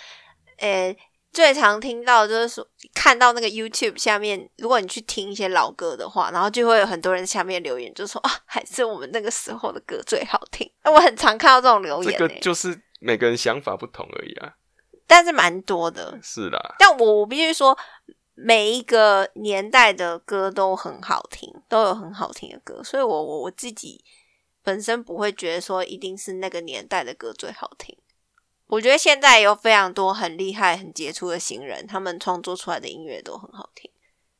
Speaker 2: 呃、最常听到就是说，看到那个 YouTube 下面，如果你去听一些老歌的话，然后就会有很多人下面留言，就说啊，还是我们那个时候的歌最好听。我很常看到这种留
Speaker 1: 这
Speaker 2: 言、
Speaker 1: 个
Speaker 2: 欸
Speaker 1: 就是每个人想法不同而已啊。
Speaker 2: 但是蛮多的。
Speaker 1: 是啦，
Speaker 2: 但我我必须说，每一个年代的歌都很好听，都有很好听的歌，所以我我我自己本身不会觉得说一定是那个年代的歌最好听。我觉得现在有非常多很厉害、很杰出的新人，他们创作出来的音乐都很好听，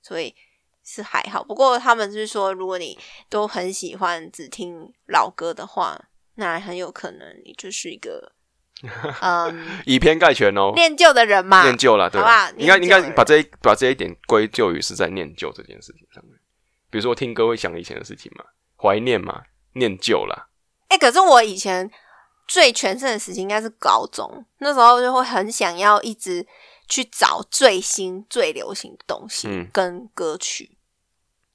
Speaker 2: 所以是还好。不过他们是说，如果你都很喜欢只听老歌的话，那很有可能你就是一个嗯
Speaker 1: 以偏概全哦，
Speaker 2: 念旧的人嘛，
Speaker 1: 念旧啦，对
Speaker 2: 好吧
Speaker 1: 吧？应该
Speaker 2: 念
Speaker 1: 应
Speaker 2: 旧
Speaker 1: 该
Speaker 2: 而已
Speaker 1: 把这一把这一点归咎于是在念旧这件事情上面。比如说听歌会想以前的事情嘛，怀念嘛，念旧啦。
Speaker 2: 哎、可是我以前最全盛的时期应该是高中，那时候就会很想要一直去找最新最流行的东西
Speaker 1: 嗯
Speaker 2: 跟歌曲。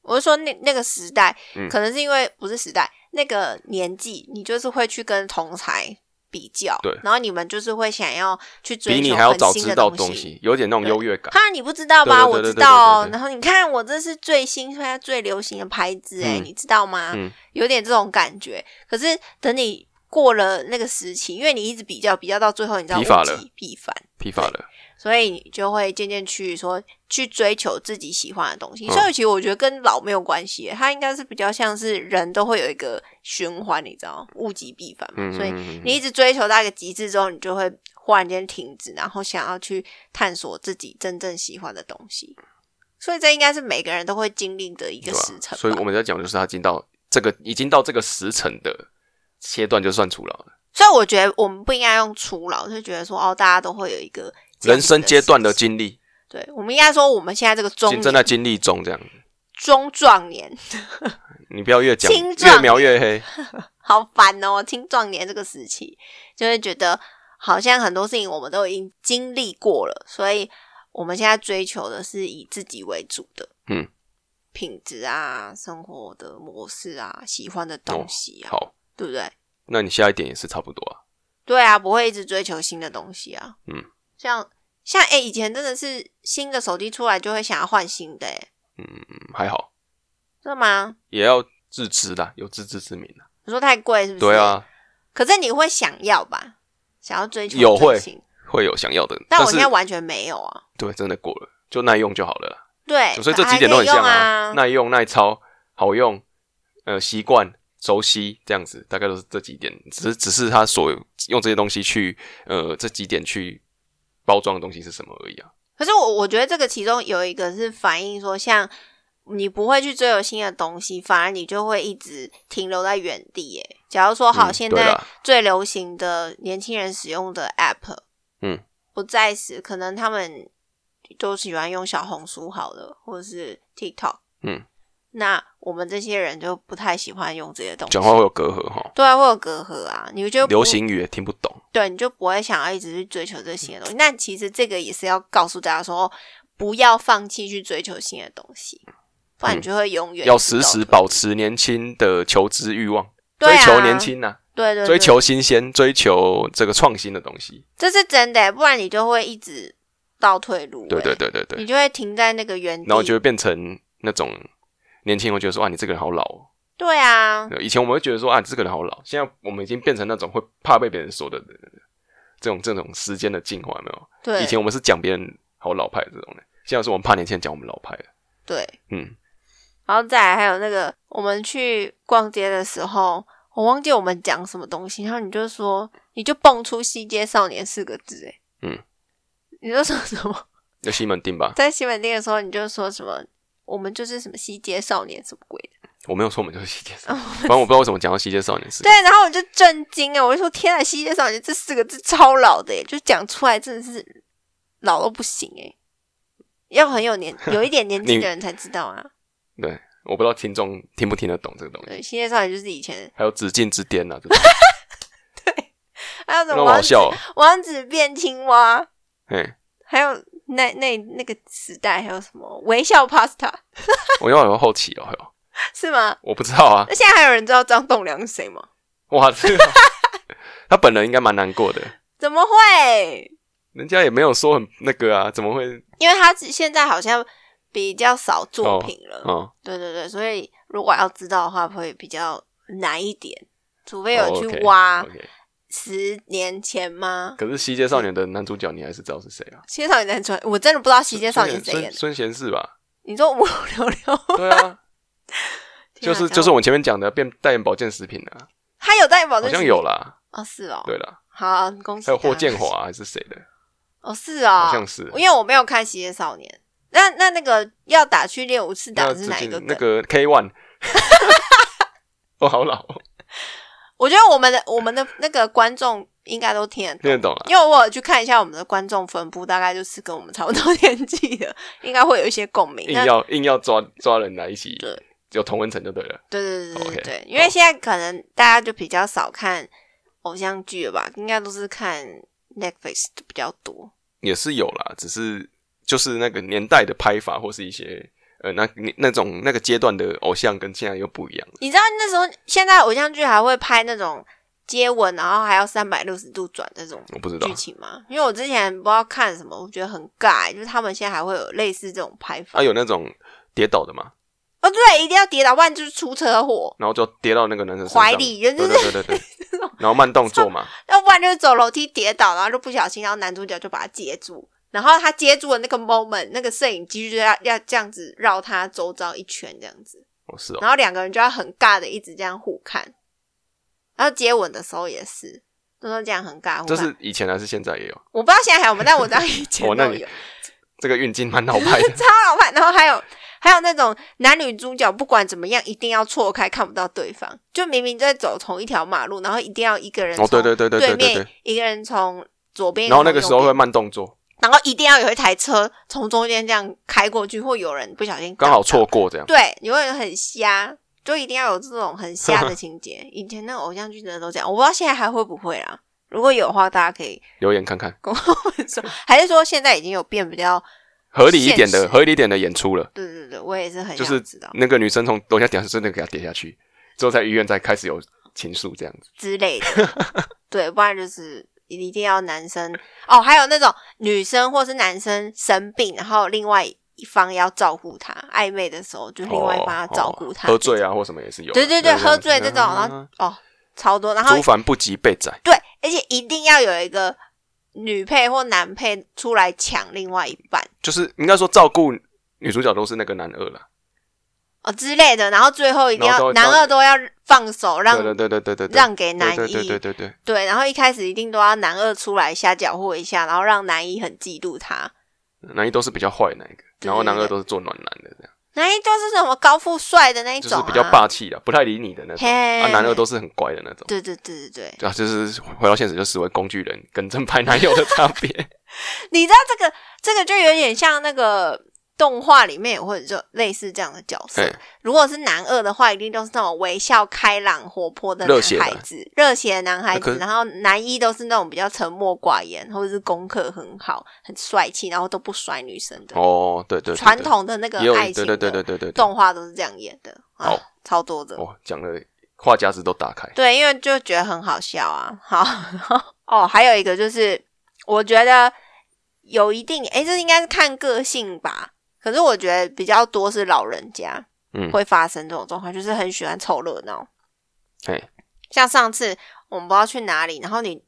Speaker 2: 我是说那那个时代，
Speaker 1: 嗯
Speaker 2: 可能是因为不是时代，那个年纪，你就是会去跟同才比较，
Speaker 1: 对
Speaker 2: 然后你们就是会想要去追
Speaker 1: 比
Speaker 2: 求
Speaker 1: 你还要
Speaker 2: 很
Speaker 1: 早
Speaker 2: 新
Speaker 1: 知
Speaker 2: 的
Speaker 1: 道
Speaker 2: 东
Speaker 1: 东西，有点那种优越感。
Speaker 2: 哈，你不知道吧？
Speaker 1: 对对对
Speaker 2: 我
Speaker 1: 对
Speaker 2: 知
Speaker 1: 对
Speaker 2: 道
Speaker 1: 对对对
Speaker 2: 然后你看，我这是最新、现在最流行的牌子，哎、
Speaker 1: 嗯
Speaker 2: 你知道吗？
Speaker 1: 嗯
Speaker 2: 有点这种感觉。可是等你过了那个时期，因为你一直比较，比较到最后，你知道
Speaker 1: 疲乏
Speaker 2: 物极
Speaker 1: 了
Speaker 2: 必反，
Speaker 1: 批发了，
Speaker 2: 所以你就会渐渐去说去追求自己喜欢的东西。
Speaker 1: 嗯
Speaker 2: 所以其实我觉得跟老没有关系耶，它应该是比较像是人都会有一个循环，你知道吗，物极必反嘛。
Speaker 1: 嗯，
Speaker 2: 所以
Speaker 1: 嗯嗯
Speaker 2: 你一直追求到一个极致之后，你就会忽然间停止，然后想要去探索自己真正喜欢的东西。所以这应该是每个人都会经历的一个
Speaker 1: 对吧
Speaker 2: 时辰吧。
Speaker 1: 所以我们在讲就是他已经到这个已经到这个时辰的切断就算出来了，
Speaker 2: 所以我觉得我们不应该用初老，就觉得说哦，大家都会有一个这样
Speaker 1: 人生阶段的
Speaker 2: 时期
Speaker 1: 经历，
Speaker 2: 对，我们应该说我们现在这个中
Speaker 1: 经正在
Speaker 2: 年
Speaker 1: 经历中这样。
Speaker 2: 中壮年，
Speaker 1: 你不要越讲
Speaker 2: 青壮
Speaker 1: 越描越黑，
Speaker 2: 好烦哦！青壮年这个时期，就会觉得好像很多事情我们都已经经历过了，所以我们现在追求的是以自己为主的，
Speaker 1: 嗯，
Speaker 2: 品质啊，生活的模式啊，喜欢的东西啊，
Speaker 1: 哦好，
Speaker 2: 对不对？
Speaker 1: 那你下一点也是差不多啊。
Speaker 2: 对啊，不会一直追求新的东西啊，
Speaker 1: 嗯，
Speaker 2: 像像哎、以前真的是新的手机出来就会想要换新的、哎，
Speaker 1: 嗯，还好，
Speaker 2: 真的吗？
Speaker 1: 也要自知啦，有自知之明啦。
Speaker 2: 你说太贵是不是？
Speaker 1: 对，啊，
Speaker 2: 可是你会想要吧？想要追求
Speaker 1: 有
Speaker 2: 最
Speaker 1: 会
Speaker 2: 新
Speaker 1: 会有想要的，但
Speaker 2: 但我
Speaker 1: 是
Speaker 2: 现在完全没有啊。
Speaker 1: 对，真的过了，就耐用就好了啦。
Speaker 2: 对，
Speaker 1: 所以这
Speaker 2: 还
Speaker 1: 几点
Speaker 2: 哎可
Speaker 1: 都很
Speaker 2: 以
Speaker 1: 像
Speaker 2: 用
Speaker 1: 啊，
Speaker 2: 啊。
Speaker 1: 耐用、耐操、好用，呃，习惯、熟悉这样子，大概都是这几点。只是只是他所用这些东西去，呃，这几点去包装的东西是什么而已啊。
Speaker 2: 可是我我觉得这个其中有一个是反映说，像你不会去追求新的东西，反而你就会一直停留在原地。耶。假如说好，
Speaker 1: 嗯
Speaker 2: 现
Speaker 1: 对
Speaker 2: 在
Speaker 1: 啦
Speaker 2: 最流行的年轻人使用的 App，
Speaker 1: 嗯，
Speaker 2: 不再是可能他们都喜欢用小红书好了，或者是 TikTok，
Speaker 1: 嗯，
Speaker 2: 那我们这些人就不太喜欢用这些东西
Speaker 1: 讲。话会有隔阂哈，
Speaker 2: 对啊，会有隔阂啊，你就不
Speaker 1: 流行语也听不懂。
Speaker 2: 对，你就不会想要一直去追求这新的东西。那其实这个也是要告诉大家说，不要放弃去追求新的东西，不然你就会永
Speaker 1: 嗯
Speaker 2: 远、
Speaker 1: 要时时保持年轻的求知欲望，
Speaker 2: 对
Speaker 1: 追
Speaker 2: 啊
Speaker 1: 求年轻呐、
Speaker 2: 对对对
Speaker 1: 追，求新鲜，追求这个创新的东西。
Speaker 2: 这是真的欸，不然你就会一直倒退路欸、
Speaker 1: 对对对对对
Speaker 2: 你，就会停在那个原地。
Speaker 1: 然后就会变成那种年轻人会觉得说啊，你这个人好老、哦。
Speaker 2: 对啊，
Speaker 1: 对以前我们会觉得说啊，这个人好老，现在我们已经变成那种会怕被别人说的人了这种这种时间的进化，有没有？
Speaker 2: 对，
Speaker 1: 以前我们是讲别人好老派这种人，现在是我们怕年轻人讲我们老派了。
Speaker 2: 对，
Speaker 1: 嗯，
Speaker 2: 然后再来还有那个，我们去逛街的时候，我忘记我们讲什么东西，然后你就说，你就蹦出“西街少年”四个字，哎，
Speaker 1: 嗯，
Speaker 2: 你就说什么？
Speaker 1: 那西门町吧，
Speaker 2: 在西门町的时候，你就说什么？我们就是什么西街少年什么鬼的，
Speaker 1: 我没有说我们就是西街少年，反正我不知道为什么讲到西街少年是
Speaker 2: 哦对，然后我就震惊啊！我就说天啊，西街少年这四个字超老的耶，就讲出来真的是老到不行哎，要很有 年有一点年纪
Speaker 1: 你
Speaker 2: 的人才知道啊。
Speaker 1: 对，我不知道听众听不听得懂这个东西。
Speaker 2: 对，西街少年就是以前
Speaker 1: 还有紫禁之巅呐、 啊，这种
Speaker 2: 还有什
Speaker 1: 那
Speaker 2: 么
Speaker 1: 么好
Speaker 2: 王子
Speaker 1: 笑、哦。
Speaker 2: 王子变青蛙，
Speaker 1: 哎，
Speaker 2: 还有那那那个时代还有什么微笑 pasta
Speaker 1: 我要有好奇哦，哎呦
Speaker 2: 是吗？
Speaker 1: 我不知道啊，
Speaker 2: 那现在还有人知道张栋梁是谁吗？
Speaker 1: 哇，这个他本人应该蛮难过的，
Speaker 2: 怎么会？
Speaker 1: 人家也没有说很那个啊，怎么会？
Speaker 2: 因为他只现在好像比较少作品了，
Speaker 1: 哦，
Speaker 2: 对对对，所以如果要知道的话，会比较难一点，除非
Speaker 1: 哦
Speaker 2: 有去
Speaker 1: ，OK，
Speaker 2: 挖
Speaker 1: OK
Speaker 2: 十年前吗？
Speaker 1: 可是《西街少年》的男主角你还是知道是谁啊？
Speaker 2: 《西街少年》男主角，我真的不知道《西街少年》谁
Speaker 1: 孙
Speaker 2: 演的。
Speaker 1: 孙贤士 吧？
Speaker 2: 你说五五六六，
Speaker 1: 对啊，
Speaker 2: 天
Speaker 1: 就
Speaker 2: 啊
Speaker 1: 是就是我们前面讲的变代言保健食品啊，
Speaker 2: 他有代言保
Speaker 1: 好
Speaker 2: 证，
Speaker 1: 像有啦，
Speaker 2: 哦，是哦，
Speaker 1: 对啦，
Speaker 2: 好，恭喜
Speaker 1: 还有
Speaker 2: 他
Speaker 1: 霍建华还是谁的？
Speaker 2: 哦，是哦，
Speaker 1: 好像是。
Speaker 2: 因为我没有看《西街少年》，那那那个要打去练武士打
Speaker 1: 那
Speaker 2: 的
Speaker 1: 最
Speaker 2: 是哪一
Speaker 1: 近
Speaker 2: 个梗？
Speaker 1: 那个 K One，我好老哦，
Speaker 2: 我觉得我们的我们的那个观众应该都听得懂
Speaker 1: 听得懂啊了。
Speaker 2: 因为我有去看一下我们的观众分布，大概就是跟我们差不多 年纪的，应该会有一些共鸣。
Speaker 1: 硬
Speaker 2: 那
Speaker 1: 要硬要抓抓人来一起
Speaker 2: 对，
Speaker 1: 有同温层就对了。
Speaker 2: 对对对对
Speaker 1: OK，
Speaker 2: 对因为
Speaker 1: 好
Speaker 2: 现在可能大家就比较少看偶像剧了吧，应该都是看 Netflix 的比较多。
Speaker 1: 也是有啦，只是就是那个年代的拍法或是一些呃那那种那个阶段的偶像跟现在又不一样。
Speaker 2: 你知道那时候现在偶像剧还会拍那种接吻，然后还要三百六十度转这种
Speaker 1: 我不知道
Speaker 2: 剧，情吗？因为我之前不知道看什么，我觉得很尬，欸就是他们现在还会有类似这种拍法。
Speaker 1: 啊，有那种跌倒的嘛，
Speaker 2: 哦，对，一定要跌倒，不然就是出车祸，
Speaker 1: 然后就跌到那个男生身上
Speaker 2: 怀里就
Speaker 1: 对
Speaker 2: 是
Speaker 1: 对对 对对，然后慢动作嘛，
Speaker 2: 要不然就是走楼梯跌倒，然后就不小心，然后男主角就把他接住，然后他接住的那个 moment，那个摄影机就要要这样子绕他周遭一圈这样子，
Speaker 1: 哦是哦，
Speaker 2: 然后两个人就要很尬的一直这样互看，然后接吻的时候也是，都是这样很尬互
Speaker 1: 这
Speaker 2: 看。
Speaker 1: 是以前还是现在也有，
Speaker 2: 我不知道现在还有没有，但我知道以 前
Speaker 1: 哦那
Speaker 2: 都
Speaker 1: 你
Speaker 2: 有，
Speaker 1: 这个运镜蛮老派的，
Speaker 2: 超老派。然后还有还有那种男女主角不管怎么样一定要错开，看不到对方，就明明在走同一条马路，然后一定要一个人
Speaker 1: 哦对
Speaker 2: 从
Speaker 1: 对对对对
Speaker 2: 对
Speaker 1: 对
Speaker 2: 面
Speaker 1: 对，
Speaker 2: 一个人从左边，
Speaker 1: 然后那个时候
Speaker 2: 一
Speaker 1: 会
Speaker 2: 人从右边，
Speaker 1: 慢动作，
Speaker 2: 然后一定要有一台车从中间这样开过去，或有人不小心
Speaker 1: 刚好
Speaker 2: 挡到
Speaker 1: 错，过这样，
Speaker 2: 对，有人很瞎，就一定要有这种很瞎的情节。
Speaker 1: 嗯
Speaker 2: 以前那个偶像剧真的都这样，我不知道现在还会不会啦。如果有的话，大家可以
Speaker 1: 留言看看，
Speaker 2: 跟我们说，还是说现在已经有变比较？
Speaker 1: 合理一点
Speaker 2: 现实哦
Speaker 1: 的合理一点的演出了。
Speaker 2: 对对对，我也是很
Speaker 1: 就
Speaker 2: 想
Speaker 1: 是
Speaker 2: 知道、
Speaker 1: 那个女生从楼下掉下去，真的给她跌下去，之后在医院再开始有情愫这样子。
Speaker 2: 之类的。 对，不然就是一定要男生哦，还有那种女生或是男生生病，然后另外一方要照顾他，暧昧的时候就另外一方要照顾他、
Speaker 1: 哦喝醉啊或什么也是有啊。
Speaker 2: 对对对，喝醉这种，
Speaker 1: 啊
Speaker 2: 然后哦，超多，然后
Speaker 1: 竹凡不及被宰，
Speaker 2: 对，而且一定要有一个女配或男配出来抢另外一半
Speaker 1: 就是应该说照顾女主角都是那个男二啦。
Speaker 2: 哦之类的，然后最后一定
Speaker 1: 然后
Speaker 2: 要
Speaker 1: 都
Speaker 2: 男二都要放手让
Speaker 1: 对对对对对对对，
Speaker 2: 让给男一，
Speaker 1: 对对对对对对，
Speaker 2: 对，然后一开始一定都要男二出来瞎搅和一下，然后让男一很嫉妒他。
Speaker 1: 男一都是比较坏的那一个，然后男二都是做暖男的这样，
Speaker 2: 男一就是什么高富帅的那一
Speaker 1: 就
Speaker 2: 种、
Speaker 1: 是
Speaker 2: 啊，
Speaker 1: 比较。霸气的，不太理你的那种。
Speaker 2: 嘿
Speaker 1: 啊，男二都是很乖的那种。
Speaker 2: 对对对对对，
Speaker 1: 对啊，就是回到现实，就是为工具人跟正派男友的差别。
Speaker 2: 你知道这个这个就有点像那个动画里面也会有这类似这样的角色
Speaker 1: 嘿。
Speaker 2: 如 果是男二的话，一定都是那种微笑开朗、活泼的
Speaker 1: 热
Speaker 2: 男
Speaker 1: 血的
Speaker 2: 孩子，热血的男孩
Speaker 1: 那可
Speaker 2: 子。
Speaker 1: 是
Speaker 2: 然后男一都是那种比较沉默寡言，或者是功课很好、很帅气，然后都不甩女生的。
Speaker 1: 哦，对对，对对
Speaker 2: 传统的那个
Speaker 1: 也有
Speaker 2: 爱
Speaker 1: 对
Speaker 2: 情
Speaker 1: 对对对
Speaker 2: 的
Speaker 1: 对对对。
Speaker 2: 动画都是这样演的，啊
Speaker 1: 好，
Speaker 2: 超多的。
Speaker 1: 哦，讲的话匣子都打开。
Speaker 2: 对，因为就觉得很好笑啊。好，哦，还有一个就是，我觉得有一定，诶，这应该是看个性吧。可是我觉得比较多是老人家
Speaker 1: 嗯，
Speaker 2: 会发生这种状况，就是很喜欢凑热闹。
Speaker 1: 哎，
Speaker 2: 像上次我们不知道去哪里，然后你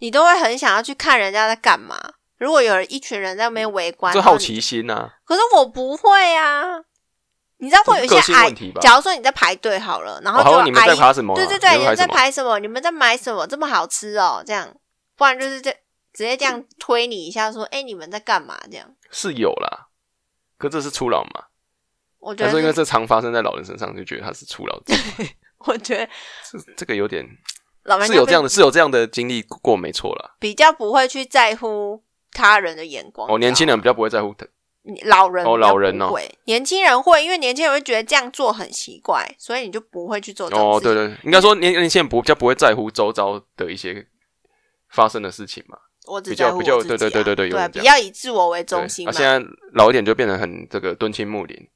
Speaker 2: 你都会很想要去看人家在干嘛。如果有人一群人在那边围观，
Speaker 1: 这
Speaker 2: 然后
Speaker 1: 好
Speaker 2: 你
Speaker 1: 奇心呐、
Speaker 2: 可是我不会啊，你知道会有一些
Speaker 1: 这是个性
Speaker 2: 阿
Speaker 1: 问题吧
Speaker 2: 假如说你在排队好了，然后
Speaker 1: 哦
Speaker 2: 就
Speaker 1: 还
Speaker 2: 有
Speaker 1: 有你们
Speaker 2: 阿
Speaker 1: 在
Speaker 2: 姨
Speaker 1: 爬什么啊、
Speaker 2: 对对对，
Speaker 1: 你
Speaker 2: 你
Speaker 1: 们
Speaker 2: 们
Speaker 1: 在
Speaker 2: 在
Speaker 1: 爬什么？
Speaker 2: 排什么？你们在买什么？这么好吃哦，这样，不然就是这直接这样推你一下，说，哎、你们在干嘛？这样，
Speaker 1: 是有啦，可这是初老嘛？
Speaker 2: 我觉
Speaker 1: 但
Speaker 2: 得
Speaker 1: 是因为
Speaker 2: 是，
Speaker 1: 这常发生在老人身上，就觉得他是初老症。
Speaker 2: 我觉得
Speaker 1: 这这个有点
Speaker 2: 老人
Speaker 1: 是
Speaker 2: 家
Speaker 1: 有这样的，
Speaker 2: 比
Speaker 1: 是有这样的经历过，没错啦。
Speaker 2: 比较不会去在乎他人的眼光。
Speaker 1: 哦，年轻
Speaker 2: 你知
Speaker 1: 人比较不会在乎他，
Speaker 2: 道吗，老人
Speaker 1: 哦
Speaker 2: 比较
Speaker 1: 老人
Speaker 2: 不
Speaker 1: 哦
Speaker 2: 会，年轻人会，因为年轻人会觉得这样做很奇怪，所以你就不会去做这种
Speaker 1: 哦，
Speaker 2: 事
Speaker 1: 对
Speaker 2: 情。
Speaker 1: 对，对应该说年年轻人不比较不会在乎周遭的一些发生的事情嘛。
Speaker 2: 我只
Speaker 1: 比较
Speaker 2: 在乎
Speaker 1: 比较
Speaker 2: 我自己啊、
Speaker 1: 对对对对对有
Speaker 2: 对，
Speaker 1: 人这
Speaker 2: 不
Speaker 1: 样
Speaker 2: 要以自我为
Speaker 1: 对
Speaker 2: 中心
Speaker 1: 啊，
Speaker 2: 嘛。
Speaker 1: 现在老一点就变得很这个敦亲睦邻，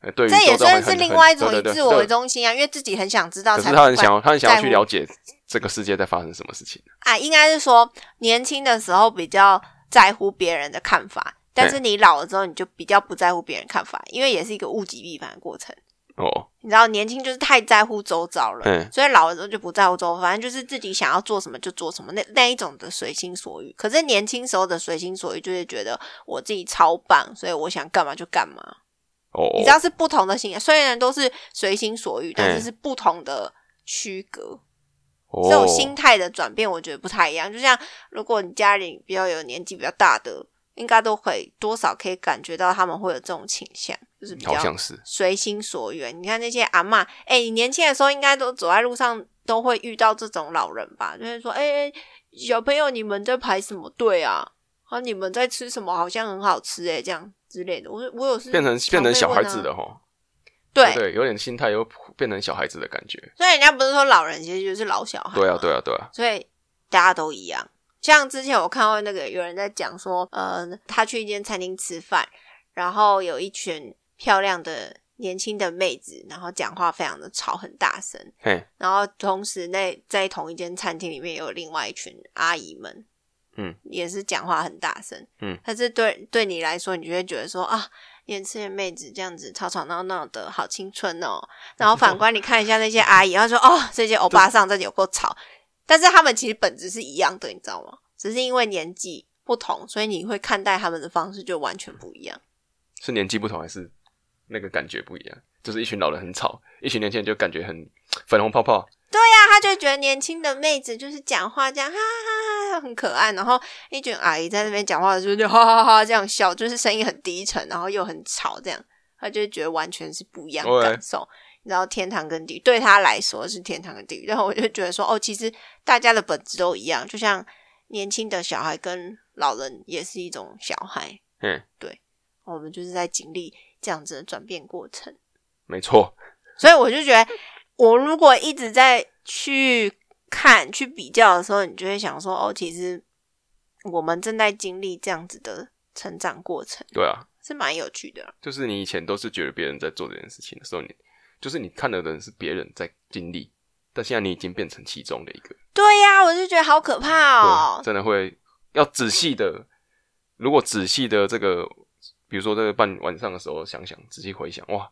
Speaker 1: 呃，对于
Speaker 2: 这也
Speaker 1: 周遭
Speaker 2: 算
Speaker 1: 很
Speaker 2: 是
Speaker 1: 很
Speaker 2: 另
Speaker 1: 很
Speaker 2: 外一种
Speaker 1: 对
Speaker 2: 以
Speaker 1: 对
Speaker 2: 自
Speaker 1: 对
Speaker 2: 我为
Speaker 1: 对
Speaker 2: 中心啊，因为自己很想知道
Speaker 1: 可
Speaker 2: 才
Speaker 1: 是
Speaker 2: 不管。
Speaker 1: 他很想要，他很想要
Speaker 2: 在
Speaker 1: 去
Speaker 2: 乎
Speaker 1: 了解这个世界在发生什么事情。
Speaker 2: 啊，应该是说年轻的时候比较在乎别人的看法，但是你老了之后，你就比较不在乎别人看法，因为也是一个物极必反的过程。
Speaker 1: 哦，
Speaker 2: 你知道，年轻就是太在乎周遭了，
Speaker 1: 嗯，
Speaker 2: 所以老了之后就不在乎周遭，反正就是自己想要做什么就做什么，那那一种的随心所欲。可是年轻时候的随心所欲，就是觉得我自己超棒，所以我想干嘛就干嘛。
Speaker 1: 哦，
Speaker 2: 你知道是不同的心，虽然都是随心所欲，但
Speaker 1: 嗯
Speaker 2: 是是不同的区隔。
Speaker 1: 哦
Speaker 2: 这种心态的转变，我觉得不太一样。就像如果你家里比较有年纪比较大的，应该都可以多少可以感觉到他们会有这种倾向，就是比
Speaker 1: 好
Speaker 2: 较
Speaker 1: 像是
Speaker 2: 随心所欲。你看那些阿嬷，哎、你年轻的时候应该都走在路上都会遇到这种老人吧？就是说，哎、哎小朋友，你们在排什么队啊？啊，你们在吃什么？好像很好吃哎、这样之类的。我我有是
Speaker 1: 变成变
Speaker 2: 常被
Speaker 1: 成小孩
Speaker 2: 问啊
Speaker 1: 子的哈，
Speaker 2: 对，
Speaker 1: 对，有点心态又变成小孩子的感觉。
Speaker 2: 所以人家不是说老人其实就是老小孩，
Speaker 1: 对啊，对啊，对啊，
Speaker 2: 所以大家都一样。像之前我看到那个有人在讲说，呃，他去一间餐厅吃饭，然后有一群漂亮的年轻的妹子，然后讲话非常的吵，很大声，
Speaker 1: 嘿，
Speaker 2: 然后同时那在同一间餐厅里面有另外一群阿姨们，
Speaker 1: 嗯，
Speaker 2: 也是讲话很大声，
Speaker 1: 嗯，
Speaker 2: 但是对对你来说，你就会觉得说啊，年轻的妹子这样子吵吵闹闹的好青春哦。然后反观你看一下那些阿姨，然后说哦，这些欧巴桑真的有够吵，但是他们其实本质是一样的，你知道吗？只是因为年纪不同，所以你会看待他们的方式就完全不一样。
Speaker 1: 是年纪不同还是那个感觉不一样？就是一群老人很吵，一群年轻人就感觉很粉红泡泡。
Speaker 2: 那他就觉得年轻的妹子就是讲话这样哈哈哈哈很可爱，然后一群阿姨在那边讲话的时候就哈哈哈哈这样笑，就是声音很低沉，然后又很吵，这样他就觉得完全是不一样的
Speaker 1: 对
Speaker 2: 感受。你知道天堂跟地狱对他来说是天堂跟地狱，然后我就觉得说哦，其实大家的本质都一样，就像年轻的小孩跟老人也是一种小孩，
Speaker 1: 嗯，
Speaker 2: 我们就是在经历这样子的转变过程。
Speaker 1: 没错，
Speaker 2: 所以我就觉得，我如果一直在去看、去比较的时候，你就会想说，哦，其实我们正在经历这样子的成长过程，
Speaker 1: 对啊，
Speaker 2: 是蛮有趣的啦。
Speaker 1: 就是你以前都是觉得别人在做这件事情的时候，你就是你看的人是别人在经历，但现在你已经变成其中的一个，
Speaker 2: 对呀、我就觉得好可怕
Speaker 1: 对，
Speaker 2: 哦。
Speaker 1: 真的会要仔细的，如果仔细的这个，比如说这个半晚上的时候想想，仔细回想，哇，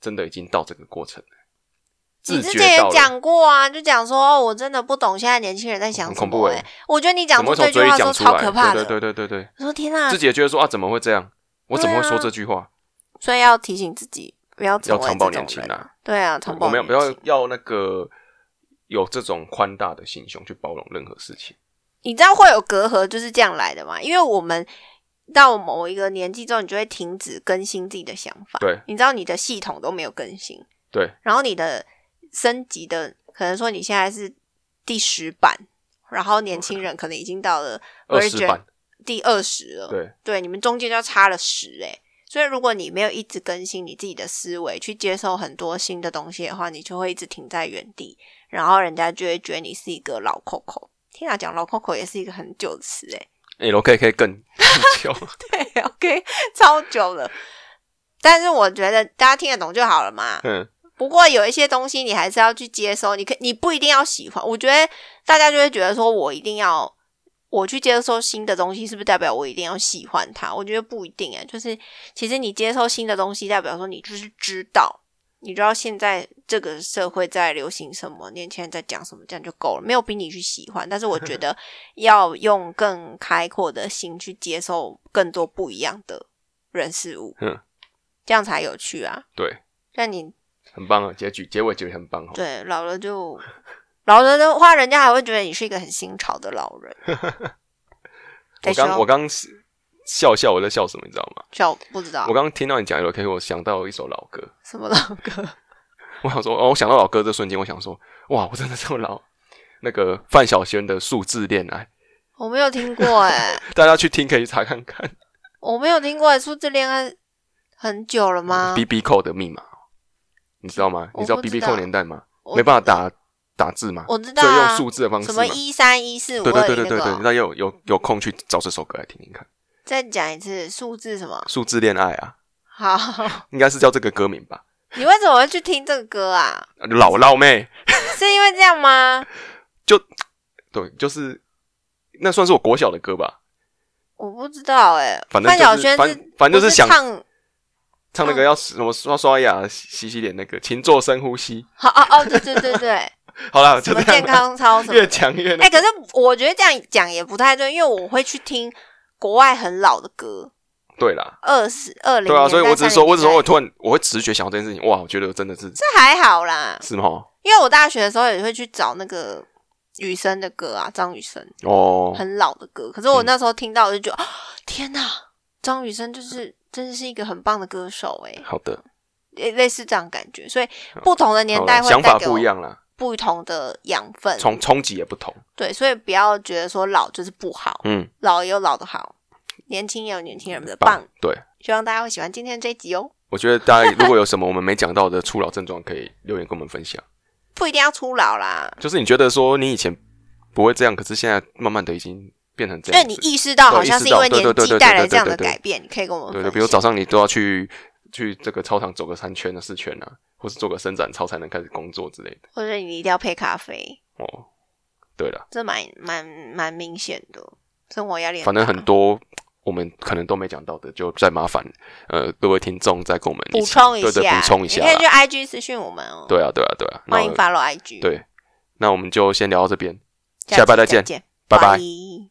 Speaker 1: 真的已经到这个过程了，
Speaker 2: 你
Speaker 1: 自
Speaker 2: 之
Speaker 1: 觉
Speaker 2: 前
Speaker 1: 到
Speaker 2: 也
Speaker 1: 了
Speaker 2: 讲过啊，就讲说、哦我真的不懂现在年轻人在想
Speaker 1: 很
Speaker 2: 什
Speaker 1: 恐
Speaker 2: 么、
Speaker 1: 怖
Speaker 2: 欸。
Speaker 1: 欸
Speaker 2: 我觉得你讲
Speaker 1: 怎么
Speaker 2: 出
Speaker 1: 会从
Speaker 2: 这句
Speaker 1: 嘴里
Speaker 2: 话的时
Speaker 1: 讲
Speaker 2: 候
Speaker 1: 出
Speaker 2: 超
Speaker 1: 来？
Speaker 2: 可怕的。
Speaker 1: 对对对对对，
Speaker 2: 我说天啊
Speaker 1: 自，己也觉得说啊，怎么会这样？我怎么会
Speaker 2: 对啊
Speaker 1: 说这句话？
Speaker 2: 所以要提醒自己不要成
Speaker 1: 要
Speaker 2: 为
Speaker 1: 长
Speaker 2: 这
Speaker 1: 保
Speaker 2: 种
Speaker 1: 年轻
Speaker 2: 人
Speaker 1: 啊。
Speaker 2: 对啊，长
Speaker 1: 我
Speaker 2: 保
Speaker 1: 们要
Speaker 2: 年
Speaker 1: 不要
Speaker 2: 轻。
Speaker 1: 要那个有这种宽大的心胸去包容任何事情？
Speaker 2: 你知道会有隔阂就是这样来的嘛？因为我们到某一个年纪之后，你就会停止更新自己的想法。
Speaker 1: 对
Speaker 2: 你知道你的系统都没有更新，
Speaker 1: 对，
Speaker 2: 然后你的升级的可能说你现在是第十版，然后年轻人可能已经到了
Speaker 1: 嗯二十
Speaker 2: version
Speaker 1: 版，
Speaker 2: 第二十了。
Speaker 1: 对
Speaker 2: 你们中间就差了十哎、所以如果你没有一直更新你自己的思维，去接受很多新的东西的话，你就会一直停在原地，然后人家就会觉得你是一个老 Coco。天啊，讲老 Coco 也是一个很久的词哎、
Speaker 1: ，L K K 更久，
Speaker 2: 对，OK，超久了。但是我觉得大家听得懂就好了嘛。
Speaker 1: 嗯，
Speaker 2: 不过有一些东西你还是要去接收，你可你不一定要喜欢。我觉得大家就会觉得说我一定要我去接收新的东西，是不是代表我一定要喜欢它？我觉得不一定哎，就是其实你接收新的东西，代表说你就是知道，你知道现在这个社会在流行什么，年轻人在讲什么，这样就够了，没有逼你去喜欢。但是我觉得要用更开阔的心去接受更多不一样的人事物，
Speaker 1: 嗯，
Speaker 2: 这样才有趣啊。
Speaker 1: 对，
Speaker 2: 那你
Speaker 1: 很棒啊，结局结尾结得很棒哦。
Speaker 2: 对，老了就老了的话，人家还会觉得你是一个很新潮的 老人。
Speaker 1: 我
Speaker 2: 但是
Speaker 1: 刚我刚笑笑我在笑什么，你知道吗？
Speaker 2: 叫我不知道
Speaker 1: 我刚刚听到你讲 L K，我想到一首老歌，
Speaker 2: 什么老歌，
Speaker 1: 我想说哦，我想到老歌这瞬间，我想说哇，我真的这么老。那个范晓萱的《数字恋爱
Speaker 2: 我没有听过哎、》，
Speaker 1: 大家去听可以查看看。
Speaker 2: 我没有听过、欸《数字恋爱》很久了吗？
Speaker 1: B B 扣的密码，哦你知道吗？
Speaker 2: 我
Speaker 1: 你知道
Speaker 2: 不
Speaker 1: B
Speaker 2: 知
Speaker 1: B
Speaker 2: 道
Speaker 1: 扣年代吗？
Speaker 2: 我
Speaker 1: 没办法打打字嘛，
Speaker 2: 我知道
Speaker 1: 所以
Speaker 2: 啊
Speaker 1: 用，数字的方式
Speaker 2: 什
Speaker 1: 嘛
Speaker 2: 么。一三一四五
Speaker 1: 对对
Speaker 2: 二
Speaker 1: 对
Speaker 2: 零
Speaker 1: 对对
Speaker 2: 那个
Speaker 1: 对，
Speaker 2: 哦。
Speaker 1: 那有有有空去找这首歌来听听看，
Speaker 2: 再讲一次数字什么？
Speaker 1: 《数字恋爱》啊，
Speaker 2: 好，
Speaker 1: 应该是叫这个歌名吧？
Speaker 2: 你为什么会去听这个歌啊？
Speaker 1: 老老妹，
Speaker 2: 是因为这样吗？
Speaker 1: 对，就是那算是我国小的歌吧，
Speaker 2: 我不知道哎、
Speaker 1: 反正
Speaker 2: 范晓
Speaker 1: 就是
Speaker 2: 萱
Speaker 1: 反
Speaker 2: 是
Speaker 1: 反正就
Speaker 2: 不
Speaker 1: 是想
Speaker 2: 唱，嗯
Speaker 1: 唱那个要什么刷刷牙、洗洗脸那个，勤做深呼吸。
Speaker 2: 好哦哦，对对对对，
Speaker 1: 好啦， 就
Speaker 2: 什么
Speaker 1: 这样
Speaker 2: 健
Speaker 1: 啦，
Speaker 2: 康操什么
Speaker 1: 越
Speaker 2: 的
Speaker 1: 讲越那
Speaker 2: 哎、可是我觉得这样讲也不太对，因为我会去听国外很老的歌，
Speaker 1: 对啦。
Speaker 2: 二十二零
Speaker 1: 对啊，所以我只是说，我只是说，我
Speaker 2: 这
Speaker 1: 突然我会直觉想到这件事情，哇，我觉得真的是
Speaker 2: 还好啦，
Speaker 1: 是吗？
Speaker 2: 因为我大学的时候也会去找那个雨生的歌啊，张雨生
Speaker 1: 哦，嗯
Speaker 2: 很老的歌，可是我那时候听到我就觉得，啊天哪，张雨生就是真是一个很棒的歌手哎、
Speaker 1: 好的，
Speaker 2: 类类似这样的感觉，所以不同的年
Speaker 1: 嗯好
Speaker 2: 代
Speaker 1: 啦
Speaker 2: 会
Speaker 1: 想
Speaker 2: 带
Speaker 1: 法
Speaker 2: 给我
Speaker 1: 不一样啦，
Speaker 2: 不同的养分，
Speaker 1: 冲冲击也不同。
Speaker 2: 对，所以不要觉得说老就是不好，
Speaker 1: 嗯，
Speaker 2: 老也有老的好，年轻也有年轻人的棒
Speaker 1: 棒，对，
Speaker 2: 希望大家会喜欢今天这一集哦。
Speaker 1: 我觉得大家如果有什么我们没讲到的初老症状，可以留言跟我们分享。
Speaker 2: 不一定要初老啦，
Speaker 1: 就是你觉得说你以前不会这样，可是现在慢慢的已经变成这
Speaker 2: 因为
Speaker 1: 样
Speaker 2: 你
Speaker 1: 子。
Speaker 2: 意识到好像是因为
Speaker 1: 对意识到对
Speaker 2: 年
Speaker 1: 对
Speaker 2: 纪
Speaker 1: 对对
Speaker 2: 带来这样
Speaker 1: 对
Speaker 2: 的
Speaker 1: 对对
Speaker 2: 改变，你可以跟我们
Speaker 1: 对
Speaker 2: 分
Speaker 1: 对，
Speaker 2: 享。
Speaker 1: 比如早上你都要去去这个操场走个三圈啊、四圈啊，或是做个伸展操才能开始工作之类的。
Speaker 2: 或者你一定要配咖啡，
Speaker 1: 哦，对了，
Speaker 2: 这蛮蛮蛮明显的，哦生活压力
Speaker 1: 反正
Speaker 2: 大
Speaker 1: 很多我们可能都没讲到的，就再麻烦呃各位听众再跟我们一
Speaker 2: 补
Speaker 1: 起
Speaker 2: 充一下，
Speaker 1: 对对，补充一下
Speaker 2: 你可以去
Speaker 1: 啦。
Speaker 2: IG 私讯我们哦，，
Speaker 1: 对啊，对啊，对啊，
Speaker 2: 欢迎
Speaker 1: 那
Speaker 2: follow IG，
Speaker 1: 对，那我们就先聊到这边，
Speaker 2: 下
Speaker 1: 下礼拜
Speaker 2: 期
Speaker 1: 再
Speaker 2: 再
Speaker 1: 见
Speaker 2: 见，
Speaker 1: 拜拜
Speaker 2: 拜